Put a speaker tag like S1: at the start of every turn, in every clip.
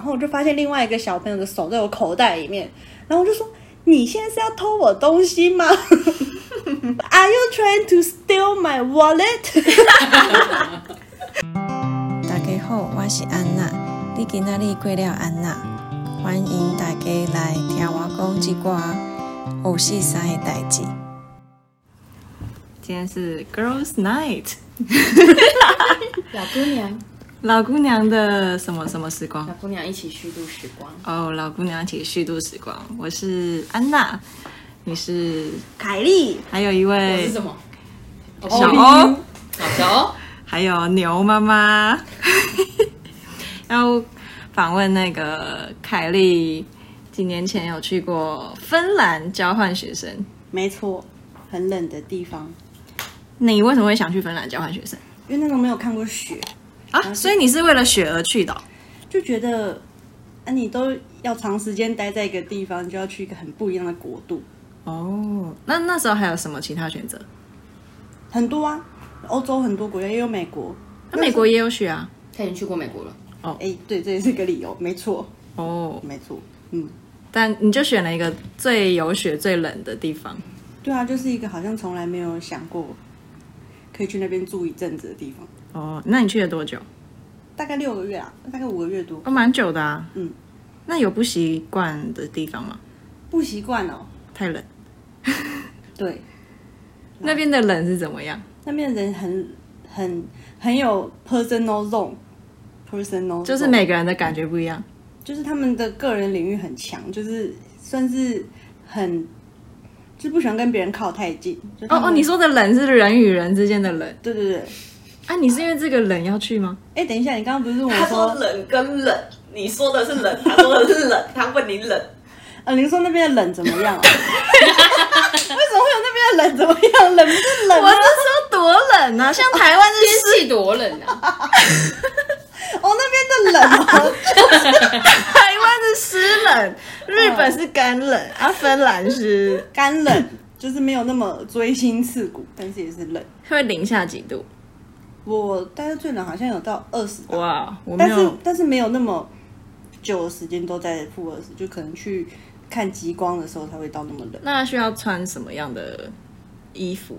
S1: 然后我就发现另外一个小朋友的手在我口袋里面，然后我就说：“你现在是要偷我东西吗 ？Are you trying to steal my wallet？”
S2: 大家好，我是安娜。你今仔日过了安娜，欢迎大家来听我讲一寡有细啥的代志。今天是 Girls Night，
S3: 老姑娘，
S2: 老姑娘的什么什么时光
S3: 老？姑娘一起虚度时光。
S2: 哦、老姑娘一起虚度时光。我是安娜，你是，
S1: 凯莉，
S2: 还有一位
S3: 是什么？
S2: 小欧，
S4: 哎
S3: 小
S4: 哦
S3: 欧，
S2: 还有牛妈妈， 要访问那个凯莉，几年前有去过芬兰交换学生。
S1: 没错，很冷的地方，
S2: 你为什么会想去芬兰交换学生
S1: 因为那时候没有看过雪，
S2: 啊？所以你是为了雪而去的哦、
S1: 就觉得啊，你都要长时间待在一个地方，就要去一个很不一样的国度，
S2: 哦，那那时候还有什么其他选择？啊
S1: 很多啊，欧洲很多国家也有美国。
S2: 那美国也有雪啊。
S3: 他已经去过美国了。
S1: 哎，对，这也是个理由，没错，
S2: 哦，
S1: 没错，嗯。
S2: 但你就选了一个最有雪、最冷的地方。
S1: 对啊，就是一个好像从来没有想过可以去那边住一阵子的地方，
S2: 哦，那你去了多久？
S1: 大概六个月啊，大概五个月多，
S2: 哦，蛮久的啊。
S1: 嗯，
S2: 那有不习惯的地方吗？
S1: 不习惯哦。
S2: 太冷。
S1: 对，
S2: 那边的冷是怎么样？
S1: 那边的人很很很有 personal zone，personal
S2: 就是
S1: zone
S2: 每个人的感觉不一样。
S1: 就是他们的个人领域很强，就是算是很就是不喜欢跟别人靠太近。就他
S2: 哦
S1: 们
S2: 哦，你说的冷是人与人之间的冷
S1: 对对对，
S2: 啊？你是因为这个冷要去吗？
S1: 哎，等一下，你刚刚不是问我
S4: 他说
S1: 说，
S4: 哦冷跟冷，你说的是冷，他说的是冷， 他问你冷，
S1: 呃，您说那边的冷怎么样啊？为 什么会有那边的冷怎么样？冷不是冷
S2: 我
S1: 吗？
S2: 这时候多冷啊！像台湾是湿
S3: 天气多冷啊！
S1: 哦，那边的冷哦，
S2: 台湾是湿冷，日本是干冷，啊，芬兰是
S1: 干冷，就是没有那么锥心刺骨，但是也是冷。
S2: 会零下几度。
S1: 我大概最冷好像有到二十，
S2: 哇，哦我没
S1: 但是
S2: 有，
S1: 但是没有那么久的时间都在负二十，就可能去看极光的时候才会到那么 冷。
S2: 那需要穿什么样的衣服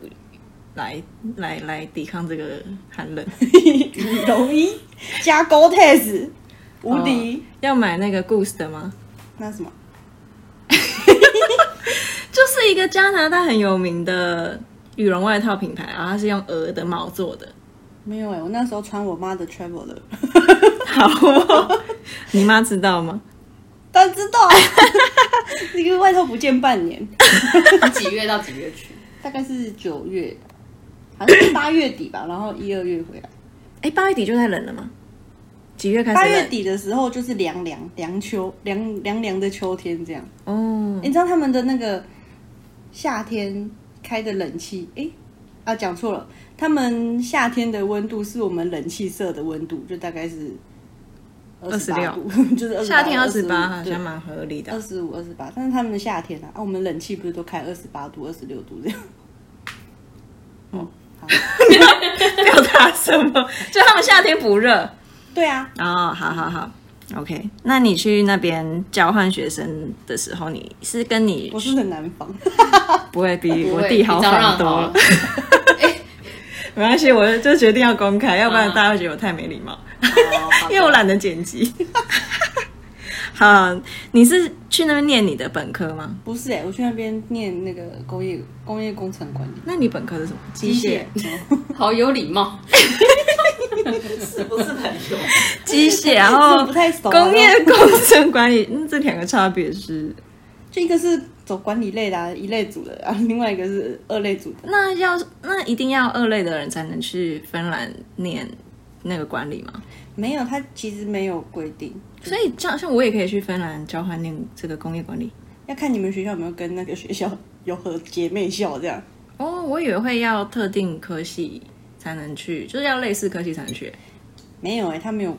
S2: 来来来抵抗这个寒冷？
S1: 羽绒衣加 Gore-Tex，无敌、
S2: 哦要买那个 Goose 的吗？
S1: 那什么
S2: 就是一个加拿大很有名的羽绒外套品牌啊，它是用鹅的毛做的。
S1: 没有哎、我那时候穿我妈的 Traveler，
S2: 好、哦，你妈知道吗？
S1: 大家知道，啊 那个外套不见半年，
S3: 你几月到几月去？
S1: 大概是九月，好像是八月底吧，然后一二月回来。
S2: 哎，八月底就太冷了吗？几月开始？
S1: 八月。底的时候就是凉凉凉秋凉凉凉的秋天这样。
S2: 哦
S1: 诶，你知道他们的那个夏天开的冷气？诶，啊，讲错了，他们夏天的温度是我们冷气设的温度，就大概是
S2: 26
S1: 度， 就是28
S2: 夏天二十
S1: 25
S2: 八好
S1: 对
S2: 像蛮合理的啊
S1: 二。十五、二十八，但是他们的夏天啊，啊我们冷气不是都开二十八度、二十六度这样？嗯，好，
S2: 表达什么？ 就他们夏天不热。
S1: 对啊，
S2: 哦，好好好，OK。那你去那边交换学生的时候，你是跟你
S1: 我是很南方，
S2: 不会比
S3: 不
S2: 我
S3: 会
S2: 弟好
S3: 比较
S2: 很
S3: 让
S2: 多
S3: 好
S2: 了？ 没关系，我就决定要公开，要不然大家会觉得我太没礼貌， 因为我懒得剪辑。好，你是去那边念你的本科吗？
S1: 不是诶，欸我去那边念那个工业工业工程管理。
S2: 那你本科是什么？机
S1: 机
S2: 械
S1: 械，哦
S3: 好有礼貌，
S4: 是不是朋友？
S2: 机械，然后
S1: 不太熟啊
S2: 工业工程管 理，嗯那这两个差别是？
S1: 就一个是走管理类的、啊、一类组的、啊，然后另外一个是二类组的。
S2: 那要那一定要二类的人才能去芬兰念那个管理吗？
S1: 没有，它其实没有规定，
S2: 所以这样，像我也可以去芬兰交换念这个工业管理。
S1: 要看你们学校有没有跟那个学校有和姐妹校这样。
S2: 哦，我以为会要特定科系才能去，就是要类似科系才能去。
S1: 没有哎、它没有，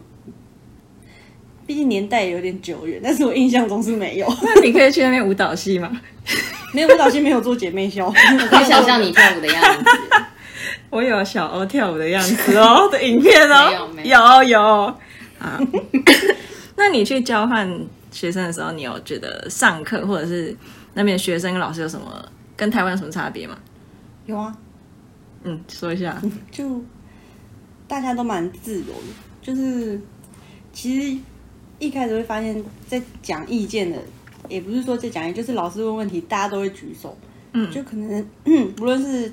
S1: 毕竟年代也有点久远，但是我印象中是没有，
S2: 那你可以去那边舞蹈系吗？
S1: 没有舞蹈系没有做姐妹校。
S3: 我可以想象你跳舞的 样子。
S2: 我有小欧跳舞的样子哦的影片哦，
S3: 没有没
S2: 有
S3: 有
S2: 有啊。那你去交换学生的时候，你有觉得上课或者是那边学生跟老师有什么跟台湾有什么差别吗？
S1: 有啊，
S2: 嗯，说一下。
S1: 就大家都蛮自由的，就是其实一开始会发现，在讲意见的，也不是说在讲意见，就是老师问问题，大家都会举手，
S2: 嗯
S1: 就可能 无论是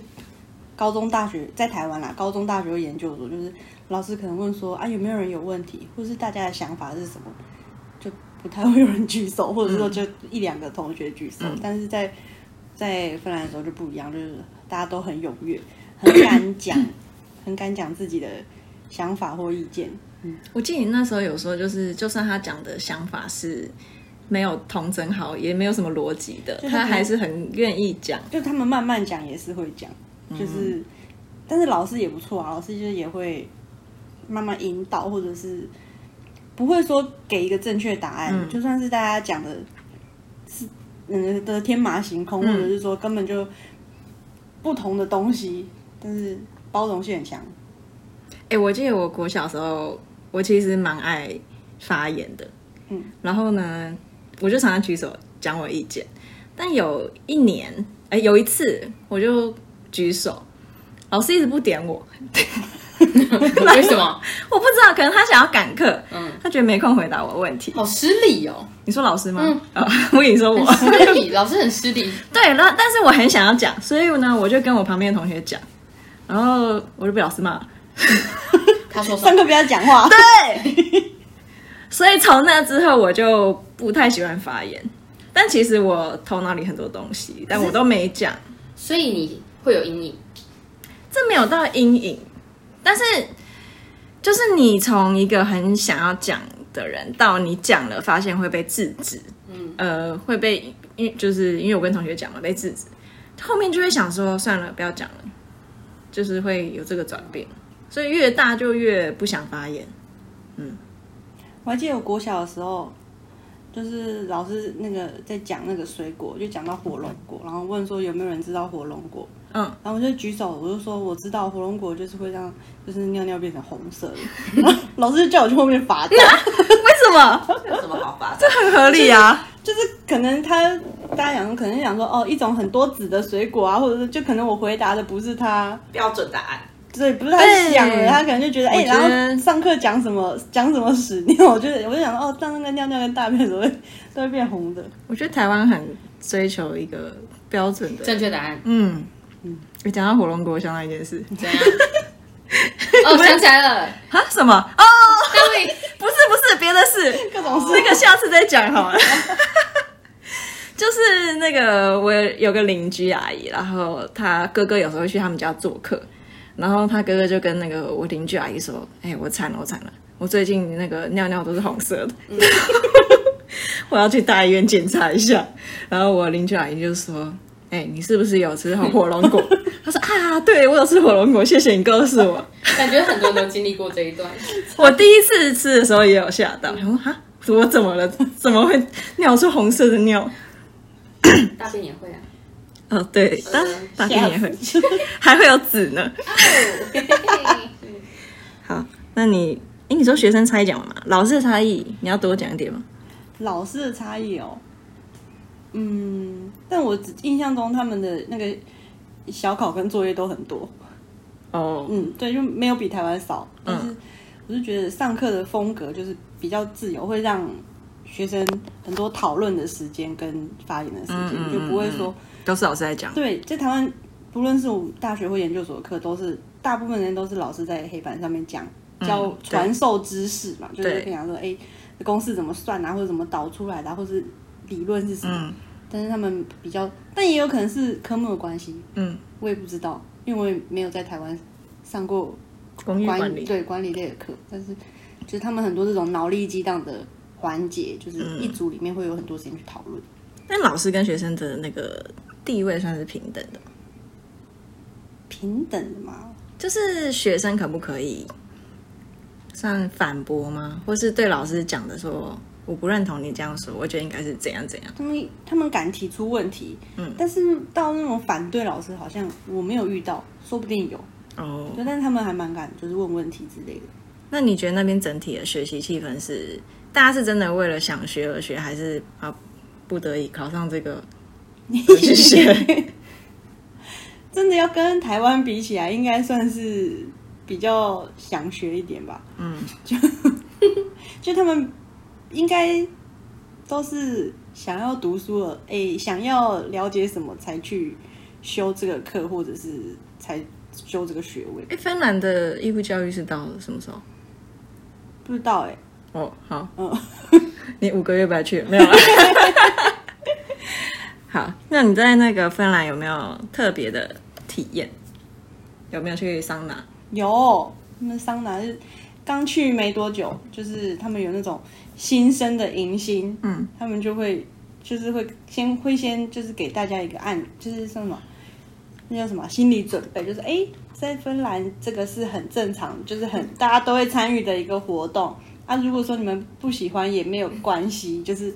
S1: 高中、大学，在台湾啦，高中、大学或研究所，就是老师可能问说啊，有没有人有问题，或是大家的想法是什么，就不太会有人举手，或者说就一两个同学举手，但是在在芬兰的时候就不一样，就是大家都很踊跃，很敢讲，很敢讲自己的想法或意见。
S2: 我记得你那时候有说，就是就算他讲的想法是没有同整好，也没有什么逻辑的，
S1: 就是
S2: 他
S1: 可
S2: 还
S1: 能
S2: 是很愿意讲。
S1: 就他们慢慢讲也是会讲，就是，但是老师也不错啊，老师就是也会慢慢引导，或者是不会说给一个正确答案，就算是大家讲的是嗯的天马行空，或者是说根本就不同的东西，但是包容性很强。
S2: 哎、我记得我国小时候，我其实蛮爱发言的，
S1: 嗯，
S2: 然后呢，我就常常举手讲我意见，但有一年，哎、有一次我就举手，老师一直不点我，
S3: 为什么？
S2: 我不知道，可能他想要赶课，
S3: 嗯，
S2: 他觉得没空回答我问题。
S3: 好失礼哦，
S2: 你说老师吗？
S3: 嗯
S2: 啊、 我跟你 说我，
S3: 失礼，老师很失礼。
S2: 对，然后但是我很想要讲，所以呢，我就跟我旁边的同学讲，然后我就被老师骂了。
S3: 他说什
S1: 上
S3: 么？
S1: 课不要讲话，
S2: 所以从那之后，我就不太喜欢发言。但其实我头脑里很多东西，但我都没讲，
S3: 所以你会有阴影，
S2: 这没有到阴影。但是，就是你从一个很想要讲的人，到你讲了发现会被制止，嗯，呃，会被因为就是因为我跟同学讲了被制止，后面就会想说算了，不要讲了，就是会有这个转变。所以越大就越不想发言。
S1: 我还记得我国小的时候，就是老师那个在讲那个水果，就讲到火龙果，然后问说有没有人知道火龙果。
S2: 嗯，
S1: 然后我就举手，我就说我知道火龙果就是会让就是尿尿变成红色的， 老师就叫我去后面罚站，
S2: 为什么？
S4: 有什么好发的？
S2: 很合理啊。
S1: 就是可能他大家讲可能想说哦一种很多籽的水果啊，或者是就可能我回答的不是他，
S4: 标准答案。
S1: 对，不是他想
S2: 对
S1: 的，他可能就觉得哎、
S2: 我觉得
S1: 然后上课讲什么讲什么屎尿，我就我就想说哦，这样那个尿尿跟大便都会都会变红的。
S2: 我觉得台湾很追求一个标准的，
S3: 正确答 案
S2: 嗯嗯。讲到火龙果，我想到一件事
S3: 怎样？哦，想起来了，
S2: 啊，什么？哦，
S3: 单位
S2: 不是不是，别的事，
S1: 各种事
S2: 那个下次再讲好了。 就是那个我有个邻居阿姨，然后她哥哥有时候会去他们家做客，然后她哥哥就跟那个我邻居阿姨说：“哎、我惨了，我惨了，我最近那个尿尿都是红 色的，我要去大医院检查一下。”然后我邻居阿姨就说：“哎、你是不是有吃火龙果？”她说：“啊，对我有吃火龙果，谢谢你告诉我。”
S3: 感觉很多人都经历过这一段，
S2: 我第一次吃的时候也有吓到，我说哈，我怎么了？怎么会尿出红色的尿？
S3: 大便也会啊。
S2: 哦，对，大 大便也会，还会有籽呢。
S3: 哦嘿嘿
S2: 好，那你，哎，你说学生差异讲完嘛？老师的差异，你要多讲一点吗？
S1: 老师的差异哦，嗯，但我只印象中他们的那个小考跟作业都很多，
S2: 哦，
S1: 嗯，对，就没有比台湾少，但是
S2: 嗯
S1: 我是觉得上课的风格就是比较自由，会让学生很多讨论的时间跟发言的时间，
S2: 嗯嗯
S1: 就不会说
S2: 都是老师在讲。
S1: 对，在台湾不论是我们大学或研究所的课，都是大部分人都是老师在黑板上面讲教
S2: 嗯对
S1: 传授知识嘛，就是
S2: 对
S1: 跟你讲说，哎、公式怎么算啊，或者怎么导出来的、啊，或是理论是什么。
S2: 嗯
S1: 但是他们比较，但也有可能是科目的关系，
S2: 嗯，
S1: 我也不知道，因为我也没有在台湾上过
S2: 公寓管理。
S1: 对管理类的课，但是就是他们很多这种脑力激荡的环节，就是
S2: 嗯
S1: 一组里面会有很多时间去讨论。
S2: 那老师跟学生的那个地位算是平等的，
S1: 平等的嘛，
S2: 就是学生可不可以算反驳吗？或是对老师讲的说，我不认同你这样说，我觉得应该是怎样怎样。
S1: 他们他们敢提出问题，
S2: 嗯
S1: 但是到那种反对老师，好像我没有遇到，说不定有，
S2: 哦，
S1: 对，但是他们还蛮敢，就是问问题之类的。
S2: 那你觉得那边整体的学习气氛是大家是真的为了想学而学，还是啊不得已考上这个而去学？
S1: 真的要跟台湾比起来，应该算是比较想学一点吧。嗯， 就就他们应该都是想要读书了，诶、想要了解什么才去修这个课，或者是才修这个学位。
S2: 哎，芬兰的义务教育是到什么时候？
S1: 不知道诶、
S2: 哦，好，
S1: 嗯，
S2: 你五个月白去了没有啊？ 好，那你在那个芬兰有没有特别的体验？有没有去桑拿？
S1: 有他们桑拿是刚去没多久，就是他们有那种新生的迎新，
S2: 嗯，
S1: 他们就会就是会先会先就是给大家一个按，就是什么那叫什么心理准备，就是哎、诶在芬兰这个是很正常，就是很大家都会参与的一个活动啊。如果说你们不喜欢也没有关系，就是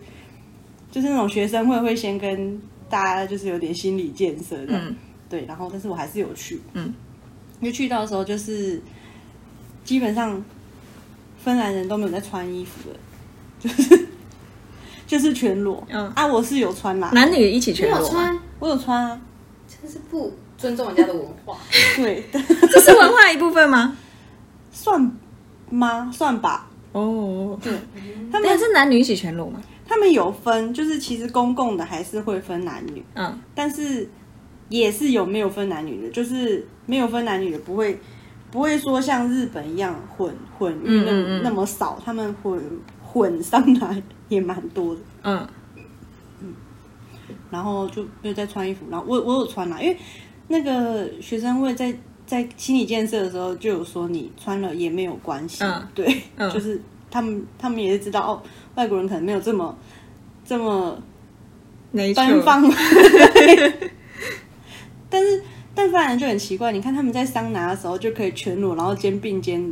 S1: 就是那种学生会会先跟大家就是有点心理建设的，
S2: 嗯
S1: 对，然后但是我还是有去，
S2: 嗯，
S1: 就去到的时候就是基本上芬兰人都没有在穿衣服的，就是就是全裸，
S2: 嗯
S1: 啊，我是有穿啦，
S2: 男女一起
S3: 没
S2: 全
S3: 有
S2: 裸吗？
S3: 穿，
S1: 我有穿啊，
S3: 真是不尊重人家的文 化。
S1: 对，
S2: 这是文化一部分吗？
S1: 算吗？算吧，
S2: 哦， 对，
S1: 他
S2: 但
S1: 们
S2: 是男女一起全裸吗？
S1: 他们有分，就是其实公共的还是会分男女，
S2: 嗯，
S1: 但是也是有没有分男女的，就是没有分男女的不会不会说像日本一样混混浴
S2: 嗯
S1: 那
S2: 嗯
S1: 么
S2: 嗯
S1: 那么少，他们混混上来也蛮多的，
S2: 嗯，
S1: 然后就没有再穿衣服，然后我我有穿啊啦，因为那个学生会在在心理建设的时候就有说你穿了也没有关系，
S2: 嗯
S1: 对，
S2: 嗯
S1: 就是他们他们也是知道哦，外国人可能没有这么这么
S2: 没
S1: 奔 放。但是，但芬兰人就很奇怪，你看他们在桑拿的时候就可以全裸，然后肩并肩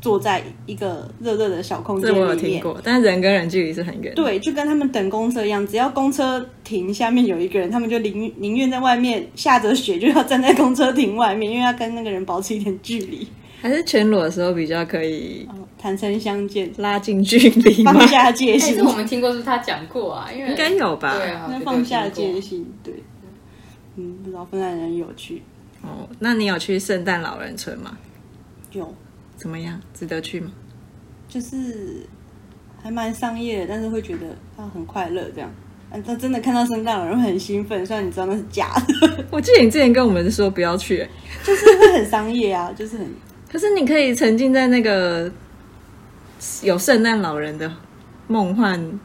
S1: 坐在一个热热的小空间
S2: 这我有
S1: 里
S2: 听
S1: 面。
S2: 过，但是人跟人距离是很远。，
S1: 对，就跟他们等公车一样，只要公车停下面有一个人，他们就宁宁愿在外面下着雪，就要站在公车停外面，因为要跟那个人保持一点距离，
S2: 还是全裸的时候比较可以
S1: 坦诚相见，
S2: 拉近距离
S1: 嗯
S2: 吗？
S1: 放下戒
S3: 哎，
S1: 心。
S3: 这我们听过，是不是他讲过啊，因为
S2: 应该有吧？
S3: 对啊，
S1: 那
S3: 这个
S1: 放下
S3: 有听
S1: 戒
S3: 过
S1: 心，对，嗯，不知道芬兰人有趣，
S2: 哦，那你有去圣诞老人村吗？
S1: 有
S2: 怎么样？值得去吗？
S1: 就是还蛮商业的，但是会觉得啊很快乐这样。嗯，但真的看到圣诞老人会很兴奋，虽然你知道那是假的，
S2: 我记得你之前跟我们说不要去、欸
S1: 就是会很商业啊，就是很
S2: 可是你可以沉浸在那个有圣诞老人的梦幻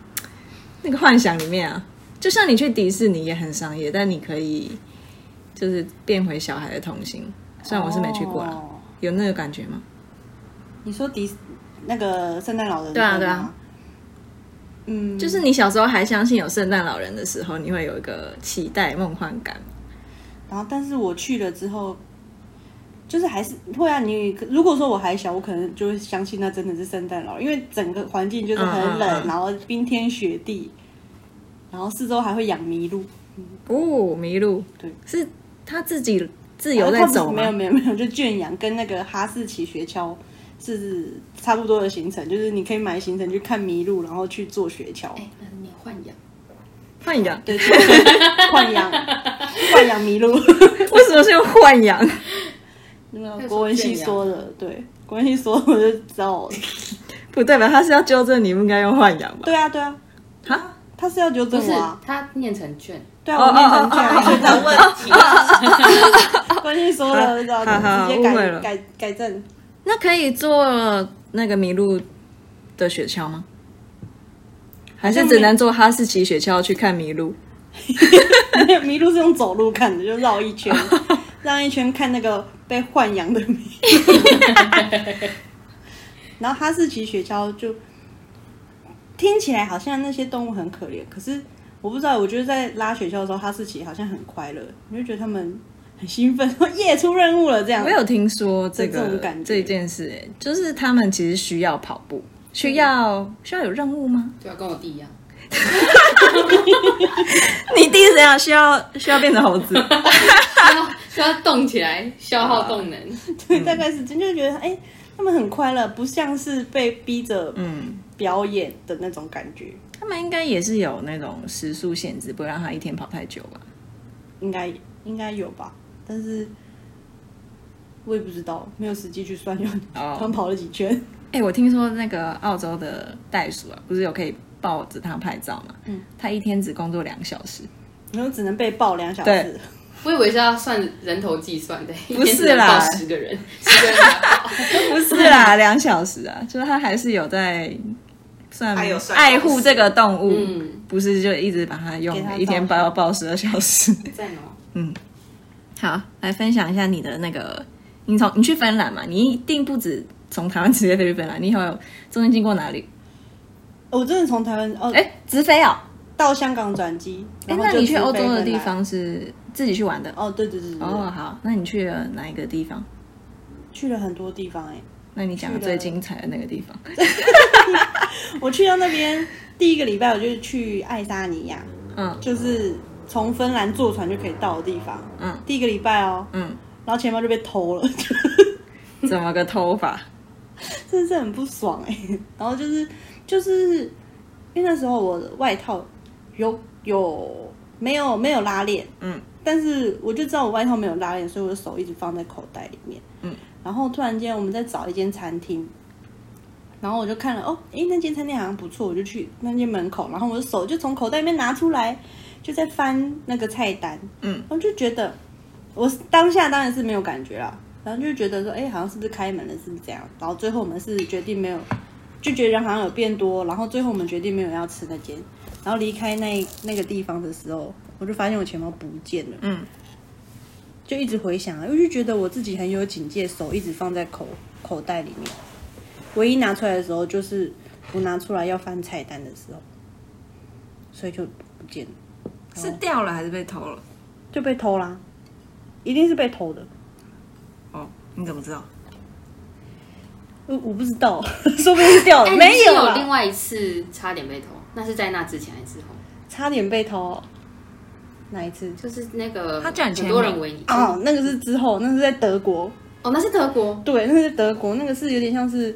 S2: 那个幻想里面啊，就像你去迪士尼也很商业，但你可以就是变回小孩的童心。虽然我是没去过啦，
S1: 哦
S2: 有那个感觉吗？
S1: 你说迪士那个圣诞老人
S2: 对啊
S1: 村
S2: 对啊
S1: 吗，嗯，
S2: 就是你小时候还相信有圣诞老人的时候，你会有一个期待梦幻感。
S1: 然后但是我去了之后，就是还是会啊，你如果说我还小，我可能就会相信那真的是圣诞老人，因为整个环境就是很冷，
S2: 嗯嗯嗯
S1: 然后冰天雪地，然后四周还会养麋鹿，
S2: 哦，麋鹿，
S1: 对，啊
S2: 是他自己自
S1: 自
S2: 由在走吗？
S1: 没有没有没有，就圈养跟那个哈士奇雪橇是差不多的行程，就是你可以买行程去看麋鹿，然后去坐雪橇，
S3: 哎，那你要豢养，
S2: 豢养，
S1: 对，就是豢养豢养麋鹿。
S2: 为什么是用豢养？
S1: 那
S3: 那
S1: 个
S3: 个
S1: 郭文
S3: 是
S1: 熙
S3: 这样
S1: 说的，对，郭文熙说的我就知道。
S2: 不对吧？他是要纠正你，不应该用豢养吧？
S1: 对啊，对啊，
S2: 啊，
S1: 他是要纠
S3: 不
S1: 正
S3: 是
S1: 我啊，
S3: 他念成卷，
S1: 对啊，我念成这样，
S4: 的问题，
S1: 关键说了，知道
S2: 好好
S1: 的，直接
S2: 误会
S1: 改
S2: 了
S1: 改改正。
S2: 那可以坐那个麋鹿的雪橇吗？还是只能坐哈士奇雪橇去看麋鹿？
S1: 麋鹿是用走路看的，就绕一圈， 绕一圈看那个被豢养的麋鹿。 然后哈士奇雪橇就听起来好像那些动物很可怜，可是我不知道，我觉得在拉雪橇的时候，哈士奇好像很快乐，你就觉得他们很兴奋， 说耶出任务了这样
S2: 我。有听说这
S1: 这
S2: 个
S1: 种感觉
S2: 这件事、欸，就是他们其实需要跑步，需要需要有任务吗？
S3: 对啊，跟我弟一样，
S2: 你第一次要需要需要变成猴子，
S3: 需要动起来，消耗动能。
S1: 啊
S2: 嗯
S1: 对，大概是真就觉得哎、他们很快乐，不像是被逼着
S2: 嗯，
S1: 表演的那种感觉，
S2: 他们应该也是有那种时速限制，不会让他一天跑太久吧？
S1: 应该应该有吧？但是我也不知道，没有实际去算，就
S2: 哦
S1: 他们跑了几圈。
S2: 哎、我听说那个澳洲的袋鼠啊，不是有可以抱着它拍照嘛？
S1: 嗯，
S2: 它一天只工作两小时，
S1: 然后只能被爆两小
S2: 对
S1: 时，
S3: 我以为是要算人头计算 的，
S2: 不是啦
S3: 一天只能报十个人，十个人拿到
S2: 不是啦，两小时啊，就是它还是有在算
S4: 它有算
S2: 爱护这个动物，
S3: 嗯，
S2: 不是就一直把它用
S1: 给它
S2: 一天抱抱十二小时。
S3: 赞哦。
S2: 好，来分享一下你的那个，你从你去芬兰嘛，你一定不止从台湾直接飞去芬兰，你还有中间经过哪里？
S1: 我真的从台湾 哦、
S2: 哎、直飞哦。
S1: 到香港转机，
S2: 哎、
S1: 然后
S2: 那
S1: 就
S2: 你去
S1: 直飞
S2: 欧洲的
S1: 芬
S2: 地
S1: 兰？
S2: 方是自己去玩的？
S1: 哦，对对对对对
S2: 哦，好，那你去了哪一个地方？
S1: 去了很多地方哎、
S2: 那你讲
S1: 去了
S2: 最精彩的那个地 方？
S1: 我去到那边第一个礼拜，我就去爱沙尼亚，
S2: 嗯
S1: 就是从芬兰坐船就可以到的地方。
S2: 嗯
S1: 第一个礼拜哦，
S2: 嗯，
S1: 然后钱包就被偷了，
S2: 怎么个偷法？
S1: 真的是很不爽哎、 然后就是就是因为那时候我的外套有有没有没有拉链，
S2: 嗯，
S1: 但是我就知道我外套没有拉链，所以我的手一直放在口袋里面。
S2: 嗯，
S1: 然后突然间我们在找一间餐厅，然后我就看了哦，诶，那间餐厅好像不错，我就去那间门口，然后我的手就从口袋里面拿出来，就在翻那个菜单。
S2: 嗯，
S1: 然后就觉得我当下当然是没有感觉啦，然后就觉得说，哎诶，好像是不是开门了，是不是这样？然后最后我们是决定没有，就觉得人好像有变多，然后最后我们决定没有要吃那间。然后离开那那个地方的时候，我就发现我钱包不见了。
S2: 嗯，
S1: 就一直回想啊，我就觉得我自己很有警戒，手一直放在口口袋里面。唯一拿出来的时候，就是我拿出来要翻菜单的时候，所以就不见了，
S2: 是掉了还是被偷了？
S1: 就被偷啦，一定是被偷的。
S2: 哦，你怎么知道？
S1: 嗯我我不知道， 说不定是掉了，
S3: 哎
S1: 没
S3: 你是有
S1: 啦
S3: 另外一次差点被偷，那是在那之前还是之后？
S1: 差点被偷，哪一次？
S3: 就是那个
S2: 他叫你签
S3: 很
S2: 名
S3: 多人围你
S1: 哦，那个是之后，那是在德国，
S3: 哦，那是德国，
S1: 对，那是德国，那个是有点像是，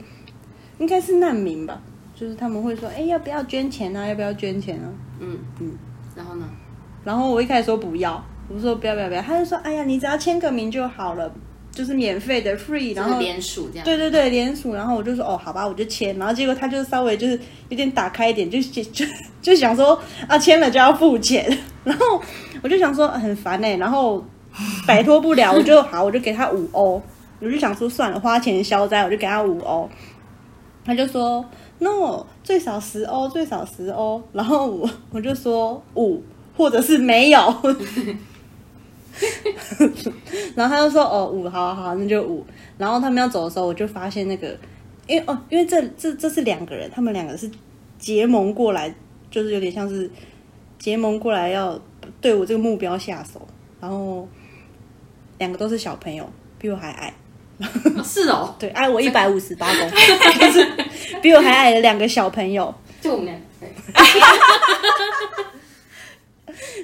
S1: 应该是难民吧，就是他们会说，哎、要不要捐钱啊？要不要捐钱啊？
S3: 嗯
S1: 嗯
S3: 嗯，然后呢？
S1: 然后我一开始说不要，我说不要不要不要，他就说，哎呀，你只要签个名就好了，就是免费的 free，
S3: 就
S1: 然
S3: 是
S1: 后。
S3: 联署这样，
S1: 对对对，联署，然后我就说哦，好吧，我就签，然后结果他就稍微就是有点打开一点，就就就就想说啊，签了就要付钱， 然后我就想说很烦哎、然后摆脱不了，我就好，我就给他五欧，我就想说算了，花钱消灾，我就给他五欧，他就说 no，最少十欧，最少十欧，然后我我就说五，或者是没有，然后他就说哦五，好好好，那就五。然后他们要走的时候，我就发现那个，因为哦，因为这这这是两个人，他们两个是结盟过来，就是有点像是结盟过来要对我这个目标下手，然后两个都是小朋友，比我还矮，
S3: 哦是哦，
S1: 对，矮我一百五十八公分，就是比我还矮的两个小朋友，
S3: 就我们俩，对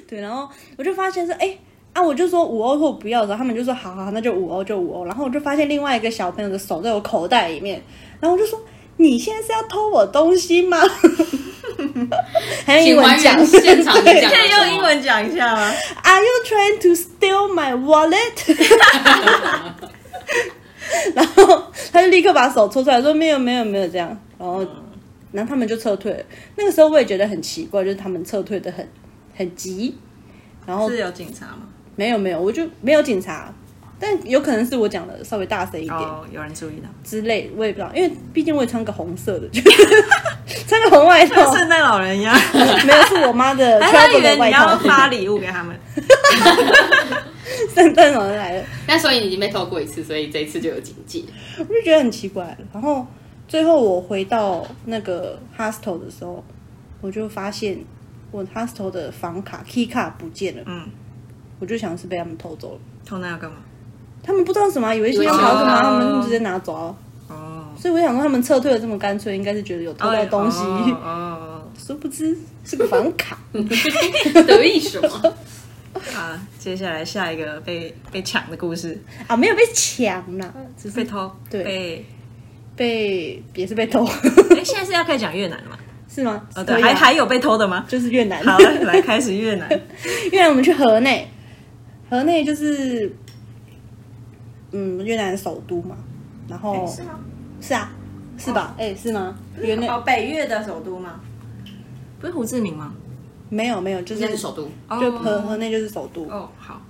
S1: 对，然后我就发现说，哎、啊，我就说五欧或不要的时候，他们就说好好，好那就五欧就五欧。然后我就发现另外一个小朋友的手在我口袋里面，然后我就说你现在是要偷我东西吗？还用英
S3: 请
S1: 文
S3: 还
S1: 讲
S3: 原，现场
S2: 可
S3: 你讲的
S2: 以
S3: 什么
S2: 用英文讲一下吗？
S1: Are you trying to steal my wallet？然后他就立刻把手抽出来说没有没有没有这样，然
S3: 嗯
S1: 后然后他们就撤退了。那个时候我也觉得很奇怪，就是他们撤退的很很急，然后
S2: 是有警察吗？
S1: 没有没有，我就没有警察，但有可能是我讲的稍微大声一点
S2: 哦，有人注意到，
S1: 之类，我也不知道，因为毕竟我也穿个红色的，就是 穿个红外套，
S2: 像圣诞老 人一样。
S1: 没有是我妈 的
S2: 哎，他
S1: travel
S2: 以为
S1: 的
S2: 你
S1: 外
S2: 要
S1: 套，
S2: 发礼物给他们，
S1: 圣诞老人来了，
S3: 那所以你已经被偷过一次，所以这一次就有警 戒。
S1: 我就觉得很奇怪。然后最后我回到那个 hostel 的时候，我就发现我 hostel 的房卡 key 卡不见了，
S2: 嗯，
S1: 我就想是被他们偷走了。
S2: 偷那要干嘛？
S1: 他们不知道什么啊，以为是要跑什么啊，他们就直接拿走啊。
S2: 哦，
S1: 所以我想说，他们撤退的这么干脆，应该是觉得有偷到东西。
S2: 哦哦
S1: 殊不知是个房 卡。
S3: 得意什么？
S2: 哦好，接下来下一个被被抢的故事，
S1: 啊，没有被抢啦，只
S2: 被
S1: 是
S2: 偷，
S1: 对
S2: 被
S1: 被也是被偷，
S2: 哎、现在是要开始讲越南了嘛？
S1: 是吗？可
S2: 哦，对，
S1: 以啊
S2: 还还有被偷的 吗？
S1: 就是越南。
S2: 好，来开始越南。
S1: 越南我们去河内，河内就是嗯越南的首都嘛，然
S2: 哎
S1: 后
S4: 是吗？
S1: 是啊是吧？哎、是吗？越南
S2: 哦，北哦越的首都吗？不是胡志明吗？
S1: 没有没有，就
S3: 应该
S1: 是
S3: 是首都，
S1: 就河河内就是首都，
S2: 哦，好，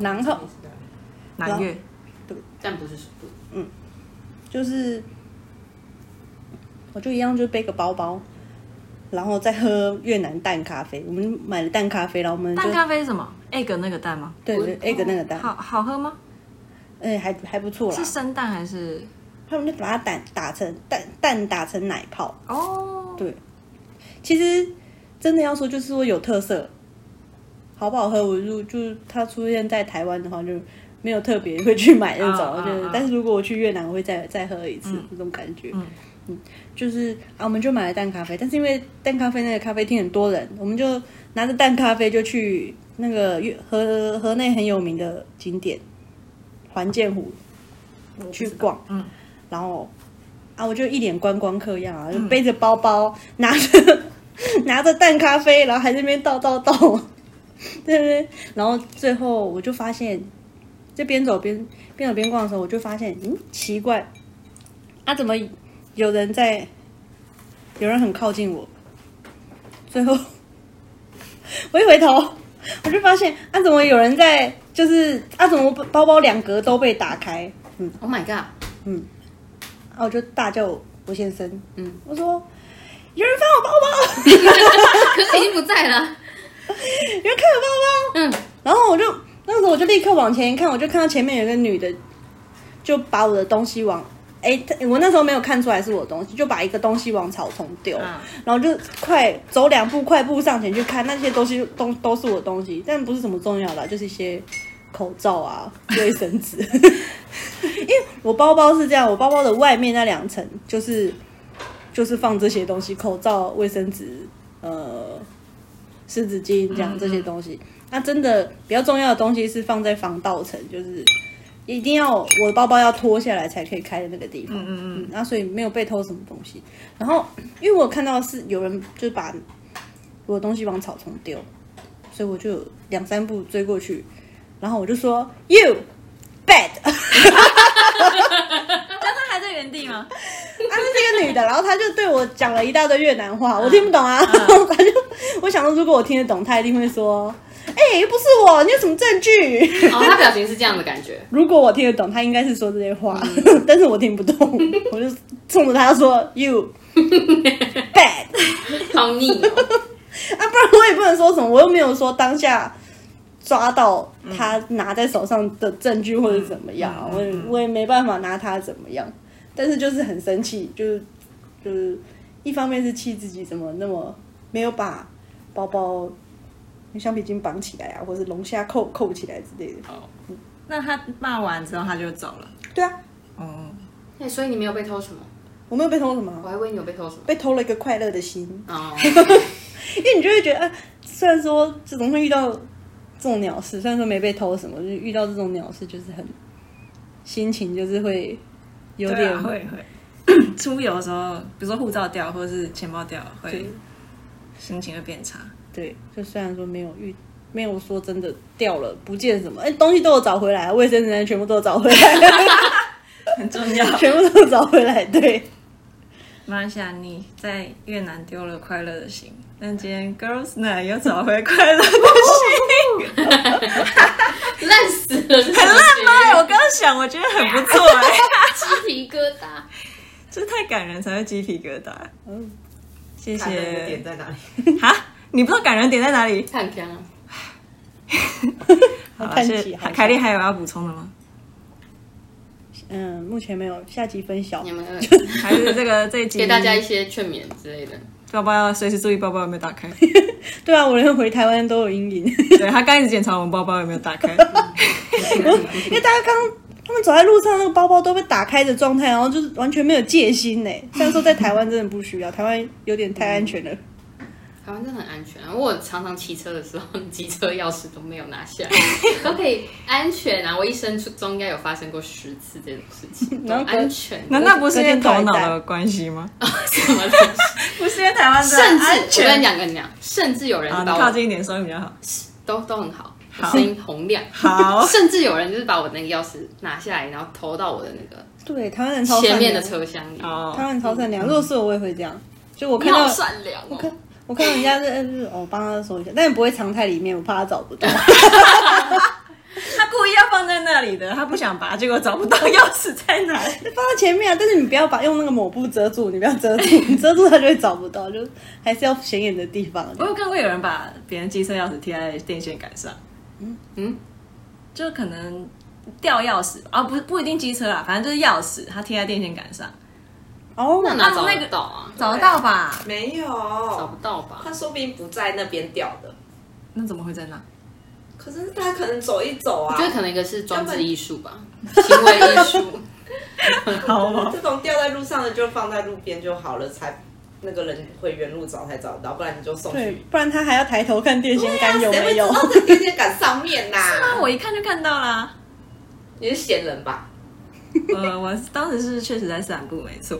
S1: 然后
S2: 南越。
S3: 但不是首都。
S1: 就是，我就一样，就是背个包包，然后再喝越南蛋咖啡。我们买了蛋咖啡，然后我们就
S2: 蛋咖啡是什么？egg 那个蛋吗？
S1: 对对 egg 那个蛋，
S2: 好好喝吗？
S1: 哎、还还不错啦
S2: 是。生蛋还是？
S1: 他们就把它打打成蛋蛋打成奶泡。
S2: 哦，
S1: 对其实真的要说，就是说有特色，好不好喝，我就就是它出现在台湾的话，就没有特别会去买那种。
S2: 嗯嗯
S1: 我觉得，
S2: 嗯
S1: 但是如果我去越南，我会再再喝一次、这种感觉。啊嗯就是啊，我们就买了蛋咖啡，但是因为蛋咖啡那个咖啡厅很多人，我们就拿着蛋咖啡就去那个越河河内很有名的景点环建湖去逛。
S2: 嗯，
S1: 然后啊，我就一脸观光客样啊，就背着包包，拿着 拿着蛋咖啡，然后还在那边倒倒倒， 对不对？然后最后我就发现，这边走边边走边逛的时候，我就发现，嗯，奇怪，啊，怎么有人在，有人很靠近我，最后 我一回头，我就发现，啊，怎么有人在，就是啊，怎么包包两格都被打开，
S3: Oh my god！
S1: 然后我就大叫我先生，
S3: 嗯，
S1: 我说有人翻我包包，
S3: 可是已经不在了。
S1: 有人看我包包，
S3: 嗯，
S1: 然后我就那时候我就立刻往前一看，我就看到前面有一个女的，就把我的东西往。哎、她我那时候没有看出来是我的东西，就把一个东西往草丛丢，
S2: 嗯
S1: 然后就快走两步，快步上前去看，那些东西都都是我的东西，但不是什么重要的啊，就是一些口罩啊、卫生纸。 因为我包包是这样，我包包的外面那两层就是就是放这些东西，口罩、卫生纸、呃湿纸巾这样这些东西。那真的比较重要的东西是放在防盗层，就是一定要我的包包要脱下来才可以开的那个地方。嗯嗯那所以没有被偷什么东西。然后因为我看到是有人就把我的东西往草丛丢，所以我就有两三步追过去，然后我就说 “You bad”，
S2: 但他还在原地
S1: 啊，
S2: 吗？
S1: 那是一个女的，然后她就对我讲了一大堆越南话， 我听不懂啊。她就我想说，如果我听得懂，她一定会说：“哎、又不是我，你有什么证据 。
S3: 哦，他表情是这样的感觉？”
S1: 如果我听得懂，她应该是说这些话， 但是我听不懂，我就冲着她说 “you bad”。
S3: 好腻哦！
S1: 啊，不然我也不能说什么，我又没有说当下抓到他拿在手上的证据或者怎么样，我也我也没办法拿他怎么样，但是就是很生气，就是就是一方面是气自己怎么那么没有把包包用橡皮筋绑起来啊，或是龙虾扣扣起来之类的。
S2: 那他骂完之后他就走了。
S1: 对啊，
S2: 哦，
S3: 哎，所以你没有被偷什么？
S1: 我没有被偷什么
S3: 我
S1: 啊，
S3: 还以为你有被偷什么。
S1: 被偷了一个快乐的心，
S3: 哦，
S1: 因为你就会觉得，啊、虽然说这种会遇到这种鸟事，虽然说没被偷什么，就是遇到这种鸟事就是很心情就是会有
S2: 对
S1: 点、
S2: 啊会会。 出游的时候，比如说护照掉或者是钱包掉，会
S1: 对
S2: 心情会变差。
S1: 对，就虽然说没有遇。没有说真的掉了，不见什么，哎，东西都有找回来，卫生纸全部都有找回来，
S2: 很重要。
S1: 全部都有找回来。对，
S2: 马来西亚，啊你在越南丢了快乐的心，但今天 Girls Night 又找回快乐的心，
S3: 烂死了！很
S2: 很烂吗？我刚刚想，我觉得很不错哎、
S3: 鸡皮疙瘩。
S2: 这太感人才会鸡皮疙瘩。
S1: 嗯，
S2: 谢
S4: 感人的点
S2: 谢
S4: 在哪里？
S2: 哈，你不知道感人点在哪里？
S3: 看看啊，
S1: 好
S2: 好
S1: 叹
S2: 是
S1: 气，好
S2: 凯莉还有要补充的吗？
S1: 嗯，目前没有，下集分晓
S3: 你。们呃
S2: 还是这个这一集
S3: 给大家一些劝勉之类的。
S2: 包包要随时注意包包有没有打开？
S1: 对啊，我连回台湾都有阴影，
S2: 对他刚一直检查我们包包有没有打开，
S1: 因为大家刚他们走在路上，那个包包都被打开的状态，然后 就是完全没有戒心呢。虽然说在台湾真的不需要，台湾有点太安全了。
S3: 台湾真的很安全、啊。我常常骑车的时候，机车钥匙都没有拿下来， 都可以安全啊！我一生中应该有发生过十次这种事 情，都
S1: 然后可
S3: 安全
S2: 难道不是因为头
S1: 隔
S2: 脑
S1: 天头一
S2: 的关系吗？
S3: 什么东西？
S2: 不是因为台湾的
S3: 甚
S2: 啊安
S3: 至我跟
S2: 全
S3: 你讲，跟你讲，甚至有人
S2: 啊，你
S3: 把
S2: 靠
S3: 我
S2: 近一点收音比较好。
S3: 都都很好，我
S2: 好
S3: 声音洪亮。
S2: 好，
S3: 甚至有人就是把我那个钥匙拿下来，然后投到我的那个
S1: 对，台湾人超善
S3: 前
S1: 良
S3: 面的，车厢里。
S1: 台
S2: 哦，
S1: 湾人超善良。如果是我，我也会这样。就我
S3: 你
S1: 看到
S3: 好善良哦！
S1: 看 我看到人家是，呃就是我帮他搜一下，但也不会藏太里面，我怕他找不 到。
S2: 他故意要放在那里的，他不想拔，结果找不到钥匙在哪里。
S1: 放到前面啊，但是你不要把用那个抹布遮住，你不要遮 住，你遮住它就会找不到，就还是要显眼的地方。
S2: 我有看过有人把别人机车钥匙贴在电线杆上，
S3: 嗯，
S2: 就可能掉钥匙啊，不不一定机车啦，反正就是钥匙，他贴在电线杆上，
S1: 哦，
S3: 那哪
S2: 他
S3: 找
S2: 们那
S3: 得
S2: 个
S3: 到啊？
S2: 找得到吧？
S4: 没有，
S3: 找不到吧
S4: 他？说不定不在那边掉的，
S2: 那怎么会在那？
S4: 可是他可能走一走
S3: 我
S4: 啊
S3: 觉。得可能一个是装置艺术吧，行为艺术。
S2: 好哦，
S4: 这种掉在路上的就放在路边就好了，才那个人会原路找才找得到，不然你就送
S1: 对
S4: 去。，啊
S1: 不然他还要抬头看电线
S3: 啊
S1: 杆有没有。
S4: 谁会知道在电线杆 上面呐、
S2: 那我一看就看到啦。
S4: 你是闲人吧？
S2: 呃，我当时是确实在散步，没错。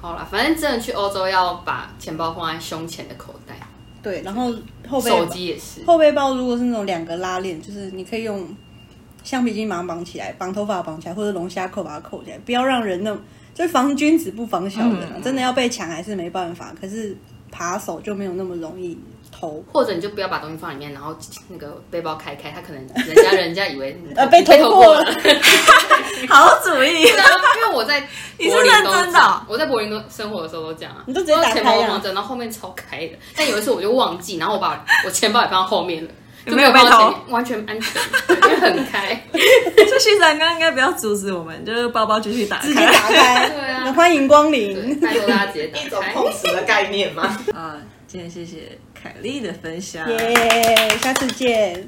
S3: 好啦，反正真的去欧洲要把钱包放在胸前的口袋，
S1: 对，然后后背
S3: 手机也是。
S1: 后背包如果是那种两个拉链，就是你可以用橡皮筋把它绑起来，绑头发绑起来，或者龙虾扣把它扣起来，不要让人那就是防君子不防小人、啊，
S2: 嗯
S1: 真的要被抢还是没办法，可是扒手就没有那么容易偷。
S3: 或者你就不要把东西放里面，然后那个背包开开，他可能人家人家以为你
S1: 呃被
S3: 偷
S1: 偷
S3: 过
S1: 过
S3: 了
S1: 了。
S2: 好主意，
S3: 对啊，因为我在
S2: 你是
S3: 柏林
S2: 认
S3: 都
S2: 真的
S3: 这样我在柏林都生活的时候都这样啊，
S1: 你都直接打开啊
S3: 钱包放着，然后后面超开的。但有一次我就忘记，然后我把 我钱包也放后面了，
S2: 有没有
S3: 就
S2: 被
S3: 放到
S2: 偷
S3: 前面，完全安全，因为很 开。
S2: 这旭长刚刚应该不要阻止我们，就是包包继续打
S1: 直接打
S2: 开。
S1: 开，
S3: 对啊
S1: 欢迎光
S3: 对，
S1: 临，
S3: 拜托大家直接
S4: 一
S3: 打
S4: 种
S3: 开。
S4: 碰瓷的概念吗？
S2: 啊，今天谢谢凯莉的分享。
S1: 耶下次见。